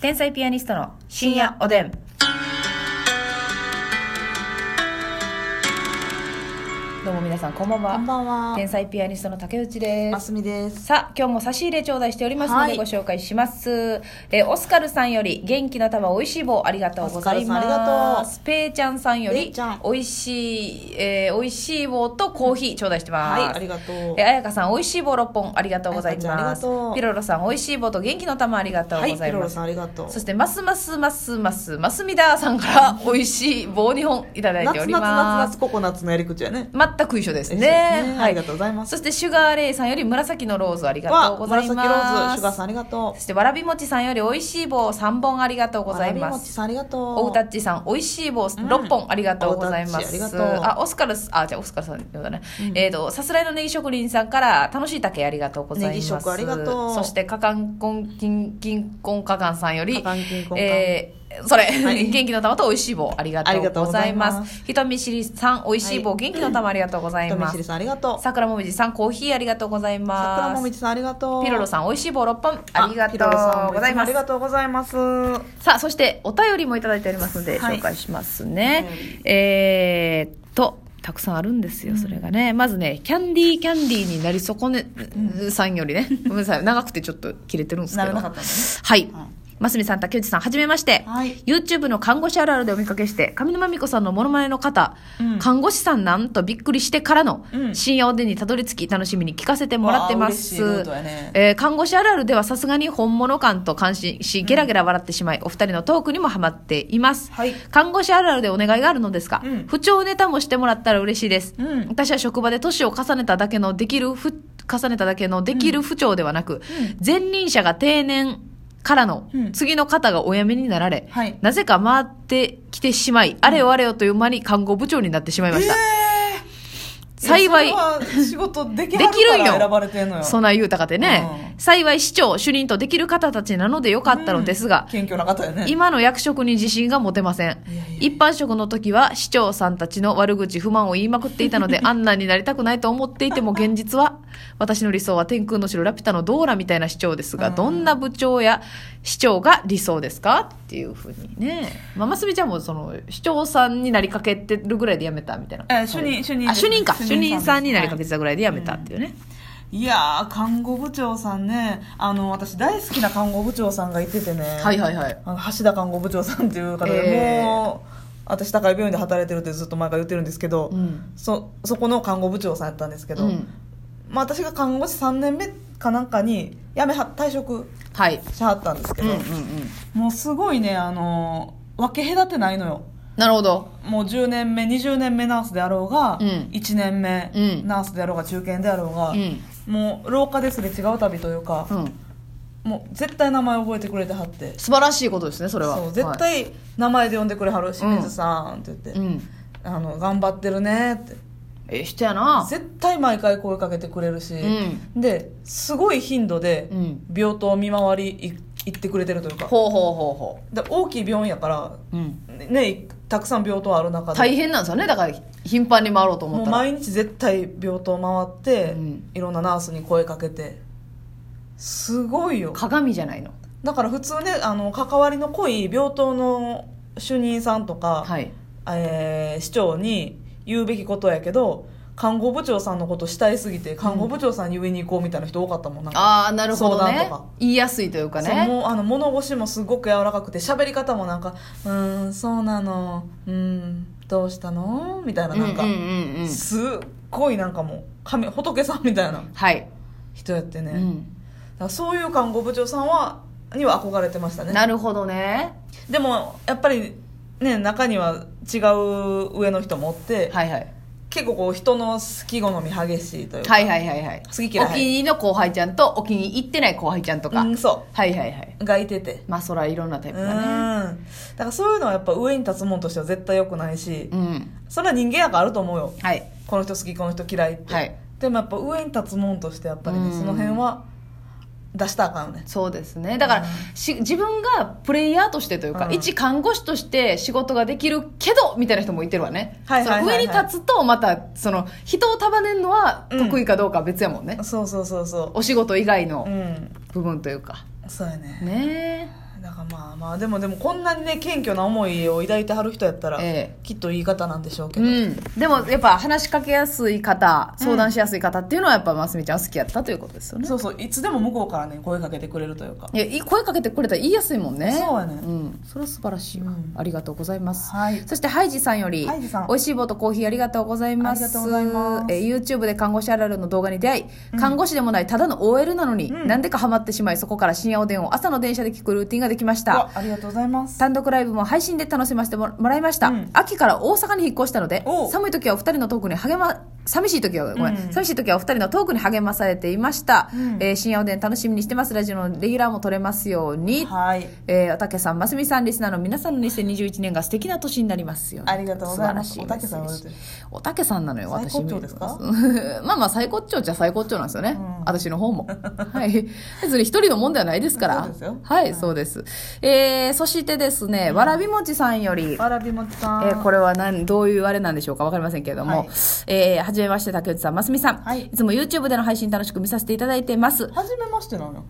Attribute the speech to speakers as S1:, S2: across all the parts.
S1: 天才ピアニストの深夜おでん。どうも皆さんこんばんは。
S2: こんばんは。
S1: 天才ピアニストの竹内で。
S2: ますすみです。
S1: さあ今日も差し入れ頂戴しておりますの
S2: は
S1: で
S2: い
S1: ご紹介します、えーオスカルさんより元気の玉美味しい棒ありがとうございます
S2: オスカルさんありがと
S1: ペイちゃんさんよ
S2: ペ
S1: り
S2: イちゃん
S1: 美味しい、えー美味しい棒とコーヒー頂戴してます、
S2: はい、ありがとう
S1: え。あやかさん美味しい棒6本ありがとうござい
S2: あやかちゃんあ
S1: ま
S2: りが
S1: す
S2: とう
S1: ピロロさん美味しい棒と元気の玉ありがとう
S2: は
S1: ご
S2: い、
S1: ざ
S2: ピ
S1: い
S2: ロ
S1: ま
S2: ロ
S1: す、
S2: さんありがとう。
S1: そしてますますますますますみだーさんから美味しい棒2本いただいてお
S2: 夏夏
S1: りま
S2: 夏夏
S1: す
S2: ココナッツのやり口やね。
S1: 全く一緒ですね
S2: そうですね
S1: はい
S2: ありがとうございます
S1: そしてシュガーレイさんより紫のローズありがとうございます
S2: わ紫ローズ、シュガーさんありがと
S1: そしてわらびもちさんより美味しい棒3本ありがとう
S2: う。
S1: ござい
S2: わら
S1: ま
S2: びもち
S1: す
S2: さんありがとう。
S1: おうたっちさん美味しい棒6本ありがとうございま
S2: おうたっちあり
S1: す、
S2: がとう
S1: あオスカルスあじゃあオスカルさんだね、えっ、とさすらいのネギ職人さんから楽しい竹ありがとうございます
S2: ネギ食ありがとう
S1: そしてかかんこんきんきんこんかかんさんより
S2: かかんきんこんかん
S1: えーそれ、
S2: い
S1: 元気の玉と美味しい棒ありがとうございます
S2: ありがとうございま
S1: 人見知りさん美味しい棒、
S2: はい
S1: 元気の玉ありがとうござい
S2: 人見
S1: ま
S2: 知り
S1: す
S2: さんありがとう。
S1: 桜もみじさんコーヒーありがとうございます
S2: 桜もみちさんありがとう。
S1: ピロロ
S2: さ
S1: さん、美味しい棒6本、ありがとうございま
S2: あ
S1: す
S2: り。がとうございます。は
S1: さあ、そして、お便りもいただいておりますので、
S2: はい
S1: 紹介しますね。
S2: うん
S1: えーっと、たくさんあるんですよ、それがね。まずね、キャンディーキャンディーになり損ね、さんよ りね。ごめんなさい、長くてちょっと切れてるんですけど。
S2: ならなかったのね
S1: はい
S2: ん。
S1: ますみさん、竹内さん、はじめまして。
S2: はい
S1: YouTube の看護師あるあるでお見かけして、上沼美子さんのモノマネの方、
S2: うん
S1: 看護師さんなんとびっくりしてからの、
S2: うん
S1: 深夜おでんにたどり着き、楽しみに聞かせてもらってま
S2: わあ嬉しい
S1: す
S2: ことやね。
S1: えー看護師あるあるではさすがに本物感と感心し、ゲラゲラ笑ってしまい、お二人のトークにもハマっています。
S2: はい
S1: 看護師あるあるでお願いがあるのですが、
S2: うん
S1: 不調ネタもしてもらったら嬉しいです。
S2: うん
S1: 私は職場で年を重ねただけのできる不、重ねただけのできる不調ではなく、前任者が定年からの
S2: うん
S1: 次の方がお辞めになられ、
S2: はい
S1: なぜか回ってきてしまい、あれよあれよという間に看護部長になってしまいました。幸い
S2: やそれは仕事でき
S1: で
S2: はる
S1: きるん
S2: から
S1: よ。
S2: 選ばれてんのよ。
S1: そんな言うたかてね、
S2: う
S1: 幸い市長、主任とできる方たちなのでよかったのですが、
S2: 謙虚な方やね。
S1: 今の役職に自信が持てません
S2: いやいや
S1: 一般職の時は市長さんたちの悪口不満を言いまくっていた のであんなになりたくないと思っていても現実は私の理想は天空の城ラピュタのドーラみたいな市長ですが、
S2: うん
S1: どんな部長や市長が理想ですかっていうふうにねまあますみちゃんもその市長さんになりかけてるぐらいで辞めたみたいな
S2: えー主任主任
S1: あ主任か
S2: 主任さん
S1: 主任さんになりかけてたぐらいで辞めたっていうね、
S2: いやー看護部長さんねあの私大好きな看護部長さんがいててね、
S1: はいはいはい
S2: あの橋田看護部長さんっていう方
S1: え
S2: で、
S1: ー
S2: もう私高い病院で働いてるってずっと前から言ってるんですけど、
S1: うん
S2: そそこの看護部長さんやったんですけど、
S1: うん
S2: まあ、私が看護師3年目かなんかに辞めは退職
S1: はい
S2: しはったんですけ
S1: うん
S2: ど、
S1: うんうん
S2: もうすごいねあの分け隔てないのよ
S1: なるほど
S2: もう10年目20年目ナースであろうが、
S1: うん
S2: 1年目、
S1: うん
S2: ナースであろうが中堅であろうが、
S1: うん
S2: もう廊下ですれ違う旅というか、
S1: うん
S2: もう絶対名前覚えてくれてはって
S1: 素晴らしいことですねそれは
S2: そう絶
S1: はい
S2: 対名前で呼んでくれはる清水さんって言って、
S1: うん
S2: あの頑張ってるねって
S1: ええ人やな
S2: 絶対毎回声かけてくれるし、
S1: う
S2: ですごい頻度で
S1: うん
S2: 病棟見回りい行ってくれてるというか
S1: ほうほうほうほ
S2: で大きい病院やか
S1: う、うん、
S2: らねねたくさん病棟ある中で
S1: 大変なんですよねだから頻繁に回ろうと思
S2: も
S1: った
S2: う
S1: ら
S2: 毎日絶対病棟回って、
S1: うん
S2: いろんなナースに声かけてすごいよ
S1: 鏡じゃないの
S2: だから普通ねあの関わりの濃い病棟の主任さんとか、
S1: はい
S2: えー市長に言うべきことやけど看護部長さんのことしたいすぎて看護部長さんに言いに行こうみたいな人多かったもんなんか、
S1: ああなるほど
S2: 相談
S1: ね
S2: とか
S1: 言いやすいというか
S2: そう
S1: ね
S2: もうあの物腰もすごく柔らかくて喋り方もなんか「うーんそうなのうーんどうしたの?」みたいななんか、
S1: うんうんうんうん
S2: すっごいなんかもう神仏さんみたいな
S1: はい、
S2: 人やってね、
S1: う
S2: だ
S1: ん、
S2: からそういう看護部長さんはには憧れてましたね
S1: なるほどね
S2: でもやっぱりね中には違う上の人もおって、
S1: はいはい
S2: 結構こう人の好き好み激しいというか、
S1: はいはいはいはい
S2: 好き嫌い
S1: お気に入りの後輩ちゃんとお気に入ってない後輩ちゃんとか、
S2: うんそ
S1: はいはいはいう
S2: がいてて
S1: まあそらいろんなタイ
S2: う
S1: プ
S2: ん
S1: がね
S2: だからそういうのはやっぱ上に立つもんとしては絶対良くないし、
S1: うん
S2: それは人間やからあると思うよ
S1: はい
S2: この人好きこの人嫌いって、
S1: はい
S2: でもやっぱ上に立つもんとしてやっぱりね、
S1: うん
S2: その辺は出したらあかんね
S1: そうですねだから、し自分がプレイヤーとしてというか、
S2: うん
S1: 一看護師として仕事ができるけどみたいな人もいてるわね、
S2: はいはいはいはい
S1: その上に立つとまたその人を束ねるのは得意かどうかは別やもんね、
S2: そうそうそうそ
S1: お仕事以外
S2: うう
S1: の
S2: ん
S1: 部分というか
S2: そうやね
S1: ね
S2: だからまあまあでもでもこんなにね謙虚な思いを抱いてはる人やったら、
S1: ええ
S2: きっといい方なんでしょうけ
S1: う
S2: ど、
S1: ん、でもやっぱ話しかけやすい方相談しやすい方っていうのはやっぱますみちゃんは好きやったということですよね、
S2: そうそういつでも向こうからね声かけてくれるというか
S1: いやいい声かけてくれたら言いやすいもんね
S2: そうやね
S1: ん、それは素晴らしいわ、
S2: うん
S1: ありがとうございます、
S2: はい
S1: そしてハイジさんより
S2: ハイジさん
S1: 美味しい棒とコーヒーありがとうございます
S2: ありがとうございます
S1: えー YouTube で看護師あるあるの動画に出会い、看護師でもないただの OL なのに、
S2: うん
S1: なんでかハマってしまいそこから深夜おでんを朝の電車で聞くルーティンができまし
S2: う
S1: た
S2: わありがとうございます
S1: 単独ライブも配信で楽しませてもらいました、
S2: うん
S1: 秋から大阪に引っ越したので
S2: おう
S1: 寒い時はお二人のトークに励ま寂しい時はごめん、
S2: うん
S1: 寂しい時はお二人のトークに励まされていました、
S2: うん
S1: えー深夜おでん楽しみにしてますラジオのレギュラーも取れますように、
S2: はい
S1: えーおたけさん、ますみさん、リスナーの皆さんの2021年が素敵な年になりますように
S2: ありがとうございます
S1: 素晴らしいです
S2: おたけさんはどうです
S1: おたけさんなのよ、私。
S2: 最高潮ですか
S1: まあまあ、最高潮っちゃ最高潮なんですよね。
S2: うん
S1: 私の方も。はい。別に一人のもんではないですから。
S2: そうですよ
S1: は、
S2: はいい
S1: そうです。えー、そしてですね、わらびもちさんより、
S2: わらびもちさん、
S1: えーこれは何どういうあれなんでしょうかわかりませんけれども、
S2: はい
S1: えーはじめまして竹内さんますみさん、
S2: はい
S1: つも YouTube での配信楽しく見させていただいてます
S2: 初めましてなのよ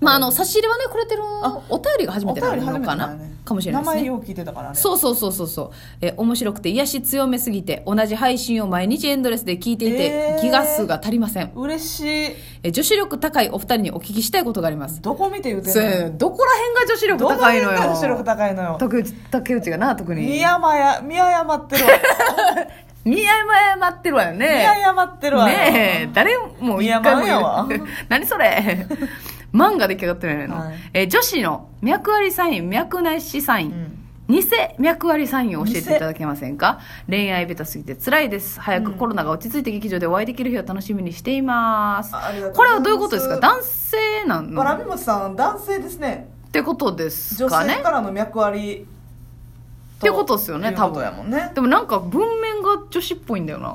S1: まあ、あの差し入れはねくれてる
S2: あ
S1: お便りが初めてな
S2: お便り初
S1: の
S2: めて
S1: か
S2: だ
S1: な、
S2: よね
S1: かもしれないです
S2: 名前
S1: ね
S2: よう聞いてたからね
S1: そうそうそうそうそうえー面白くて癒し強めすぎて同じ配信を毎日エンドレスで聞いていて、
S2: えー
S1: ギガ数が足りません
S2: 嬉しい
S1: えー女子力高いお二人にお聞きしたいことがあります、
S2: どこ見て言うて
S1: そ
S2: ん
S1: う
S2: の
S1: やねどこら辺が女子力
S2: どこ
S1: 高い
S2: 見
S1: の
S2: たら視力
S1: よ
S2: 高いのよ
S1: 竹内竹内がな特に
S2: 見誤や見誤ってるわ
S1: 見誤ってるわよ
S2: 見
S1: ね
S2: 誤ってるわよ
S1: ねえ誰も一回も
S2: 見誤る
S1: 言う 何それ漫画出来上がってないの、
S2: はい
S1: えー女子の脈ありサイン脈なしサイン、
S2: うん
S1: 偽脈ありサインを教えていただけませんか恋愛ベタすぎて辛いです早くコロナが落ち着いて劇場でお会いできる日を楽しみにしています、
S2: あありがとうご
S1: これ
S2: ざい
S1: は
S2: ます
S1: どういうことですか男性なの
S2: わら
S1: っ
S2: びもちさん男性ですね
S1: てことです
S2: 女
S1: か
S2: 性
S1: ね
S2: からの脈あり
S1: ってことっすよね
S2: いう
S1: 多分
S2: ことやもんね
S1: でもなんか文面が女子っぽいんだよな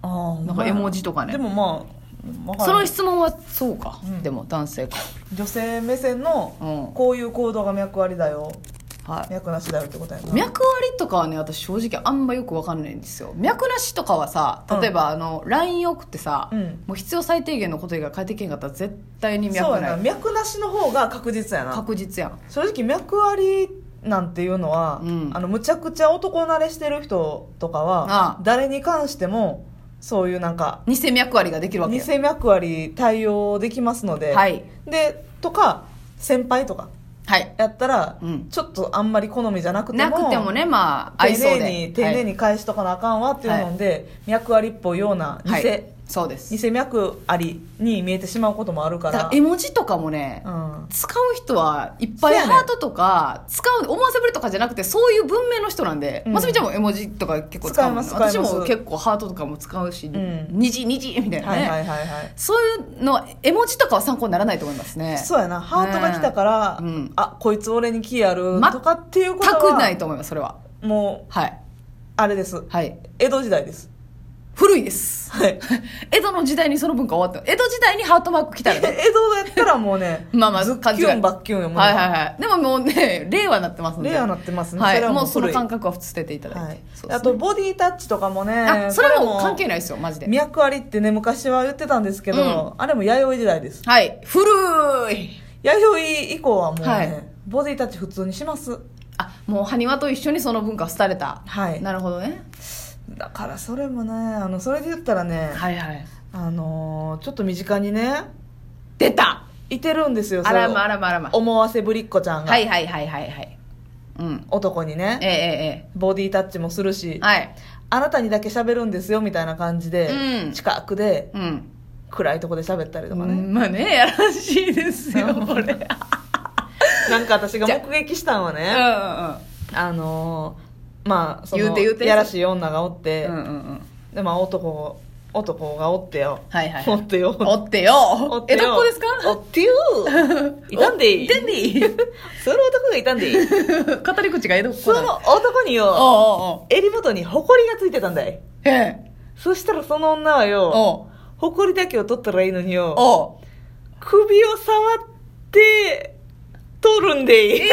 S2: ああ
S1: なんか絵文字とかね
S2: でもまあわか
S1: そ
S2: らな
S1: の
S2: い
S1: 質問はそうか、
S2: うん
S1: でも男性か
S2: 女性目線
S1: うん
S2: のこういう行動が脈ありだよ
S1: はい
S2: 脈なしだよってことやな
S1: 脈割りとかはね私正直あんまよくわかんないんですよ脈なしとかはさ
S2: うん
S1: 例えばあの LINE 送ってさ、
S2: うん
S1: もう必要最低限のこと以外返ってけんかったら絶対に
S2: そ
S1: 脈
S2: うや
S1: な
S2: ない脈なしの方が確実やな
S1: 確実やん
S2: 正直脈ありなんていうのは、
S1: うん
S2: あのむちゃくちゃ男慣れしてる人とかは
S1: ああ
S2: 誰に関してもそういうなんか
S1: 偽脈割りができるわけよ
S2: 偽脈あり対応できますので、
S1: はい
S2: でとか先輩とか
S1: はい
S2: やったら、
S1: うん
S2: ちょっとあんまり好みじゃなくても
S1: なくてもねまあ合い
S2: 丁
S1: そう
S2: 寧
S1: で
S2: に丁寧
S1: はい
S2: に返しとかなあかんわっていうので、脈ありっぽいような偽、
S1: はいそうです
S2: 偽脈ありに見えてしまうこともあるか
S1: だから
S2: ら
S1: 絵文字とかもね、
S2: うん、
S1: 使う人はいっぱい
S2: そうやねん
S1: ハートとか使う思わせぶりとかじゃなくてそういう文明の人なんで、
S2: うん
S1: ますみちゃんも絵文字とか結構使うもんね
S2: 使います使います
S1: 私も結構ハートとかも使うし
S2: ん
S1: 虹虹、みたいなね、
S2: はいはいはいはい
S1: そういうのは絵文字とかは参考にならないと思いますね
S2: そうやなハートが来たから、
S1: ねえうん
S2: あこいつ俺に気あるとかっていうこと
S1: 全
S2: は
S1: くないと思いますそれは
S2: もう
S1: はい
S2: あれです
S1: はい
S2: 江戸時代です
S1: 古いです
S2: はい
S1: 江戸の時代にその文化終わった江戸時代にハートマーク来たら
S2: 江戸
S1: ね
S2: やったらもうね
S1: まあまあ
S2: ズッ
S1: 勘違い
S2: キュンバッキュンよもう
S1: はいはいはいでももうね 令和になってますんで
S2: レアなってますね、
S1: は
S2: それ
S1: い
S2: は
S1: も
S2: も
S1: う
S2: う
S1: その
S2: 古い
S1: 感覚は捨てていただいて、
S2: はい
S1: そうですね
S2: あとボディタッチとかもね
S1: あそれはもう関係
S2: ない
S1: ないですよマジで
S2: 脈ありってね昔は言ってたんですけど、あれも弥生時代です
S1: はい古い
S2: 弥生以降はもうね、
S1: はい
S2: ボディタッチ普通にします
S1: あもう埴輪と一緒にその文化を廃れた
S2: はい
S1: なるほどね
S2: だからそれもねあのそれで言ったらね、
S1: はいはい
S2: あのーちょっと身近にね
S1: 出た
S2: いてるんですよ
S1: あらま
S2: それを
S1: あらまあらま
S2: 思わせぶりっ子ちゃんが、
S1: はいはいはいはいはいうん
S2: 男に
S1: ええ
S2: ね
S1: え
S2: ボディタッチもする
S1: えええ
S2: し
S1: はい
S2: あなたにだけ喋るんですよみたいな感じで、
S1: うん
S2: 近くで
S1: うん
S2: 暗いとこで喋ったりとかね、
S1: うんまあねやらしいですよ
S2: うん
S1: これうんうん
S2: なんか私が目撃したんはねあのーまあその
S1: 言うて言うて
S2: やらしい女がおって、
S1: うんうんうん
S2: でまあ男男がおってよ、
S1: はいはい
S2: おってよ
S1: おってよ
S2: おっ
S1: 江
S2: て
S1: 戸
S2: よ
S1: っ子ですか
S2: おってよいたんで
S1: いたんでい
S2: その男がいたんでい
S1: 語り口が江戸っ
S2: そ
S1: 子だ
S2: の男に
S1: おうお
S2: よ
S1: うおう
S2: 襟元にホコリがついてたんだい
S1: ええ
S2: そしたらその女はよ
S1: おう
S2: ホコリだけを取ったらいいのによ
S1: おう
S2: 首を触って取るんでいい。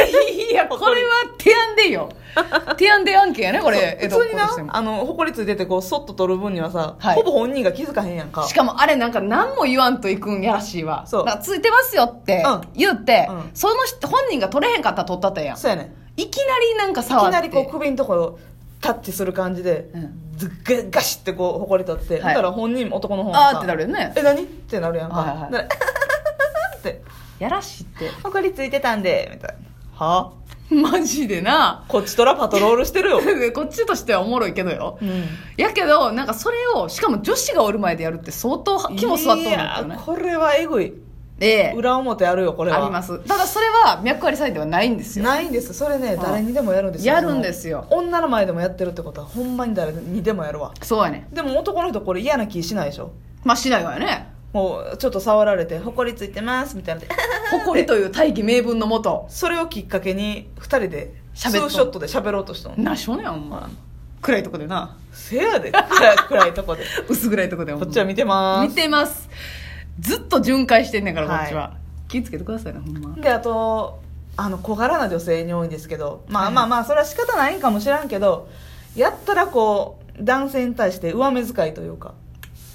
S1: い や、これは提案でよ。提案で案件やね、これ。
S2: そう普通に
S1: 江戸っ子としても
S2: な、あの、ほこりついてて、こう、そっと取る分にはさ、
S1: はい
S2: ほぼ本人が気づかへんやんか
S1: し。かもあれなんか何も言わんといくんやらしいわ。
S2: そう
S1: なんかついてますよって
S2: うん
S1: 言って、
S2: うん
S1: その人本人が取れへんかったら取ったったやん。
S2: そうやねん。い
S1: いきなりなんか触
S2: き
S1: って。
S2: なりこう、首のところをタッチする感じで
S1: う、ん
S2: ずっガガシってこう、ほこり取って、
S1: い
S2: だから本人、男の方も
S1: あ
S2: さ
S1: ーってなるよね。
S2: え、何ってなるやんか。
S1: はいはい
S2: だから、 って、
S1: やらしいって。
S2: ほこりついてたんで、みたいな。は
S1: マジでな。
S2: こっちとらパトロールしてる よ。
S1: こっちとしてはおもろいけどよ。
S2: うん。
S1: やけど、なんかそれを、しかも女子がおる前でやるって相当肝座っとるん
S2: い
S1: だよ
S2: や
S1: ね
S2: ー。これはえぐい。
S1: ええ
S2: 裏表あるよ、これは。
S1: あります。ただそれは脈ありサインではないんですよ。
S2: ないんですそれね
S1: ん
S2: 誰にでもやるんですよ
S1: やるんですよ
S2: でも女の前でもやってるってことはほんまに誰にでもやるわ
S1: そうやね。
S2: でも男の人これ嫌な気しないでしょ
S1: まあ、しないわよね。
S2: もうちょっと触られて「ほこりついてます」みたいなので
S1: 誇りという大義名分のもと。
S2: それをきっかけに2人でツ
S1: 喋っと
S2: ーショットで喋ろうとしたの
S1: なしょねん、お前。暗いとこでな。
S2: せやで暗い 暗いとこで
S1: 薄暗いとこで。
S2: こっちは見てま
S1: 見
S2: す
S1: てます。ずっと巡回してんねんから、
S2: はい
S1: こっちは。気ぃつけてくださいね、ほんま。
S2: であとあの小柄な女性に多いんですけどま
S1: は
S2: あ
S1: い
S2: まあまあそれは仕方ないんかもしらんけどやったらこう男性に対して上目遣いというか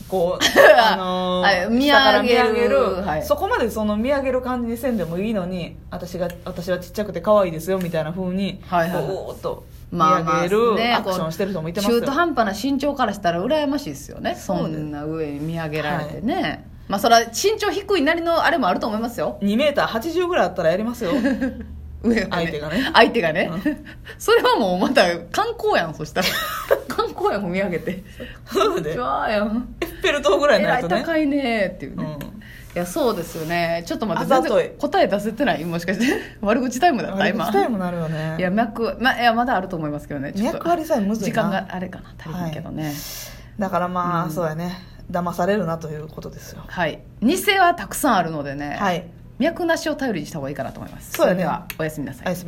S2: こう あの
S1: はい
S2: ー、
S1: 見上げる
S2: 下から見上げる、
S1: はい
S2: そこまでその見上げる感じにせんでもいいのに私が私はちっちゃくて可愛いですよみたいな風に
S1: はいはいはい
S2: こうおーっと見
S1: まあまあ
S2: 上げる、
S1: ね
S2: アクションしてる人もいてます
S1: 中
S2: よ
S1: 途半端な身長からしたら羨ましいですよねそ
S2: そうです
S1: んな上に見上げられてね、まあそれは身長低いなりのあれもあると思いますよ
S2: 2メーター80ぐらいあったらやります よ
S1: 上はね
S2: 相手がね
S1: 相手がね、
S2: う
S1: それはもうまた観光やんそ したら観光やん見上げて
S2: 夫
S1: 「
S2: 婦で
S1: うわーやん
S2: エッフェル塔ぐらい
S1: え
S2: に
S1: ら
S2: ないるとね
S1: 高いね」っていう
S2: う
S1: ね、
S2: ん
S1: いやそうですよねちょっと待って
S2: あざとい
S1: 全然答え出せてないもし かして悪口タイムだった
S2: 悪
S1: 今
S2: 口タイムなるよね
S1: いや脈、ま、いやまだあると思いますけどねちょっと
S2: 脈ありさえむずいな
S1: 時間があれかな足りないけどね、
S2: だからまあ、
S1: うん
S2: そうやね騙されるなということですよ
S1: はい、偽はたくさんあるのでね、
S2: はい
S1: 脈なしを頼りにした方がいいかなと思います
S2: そうだね
S1: れではおやすみなさい
S2: おやすみ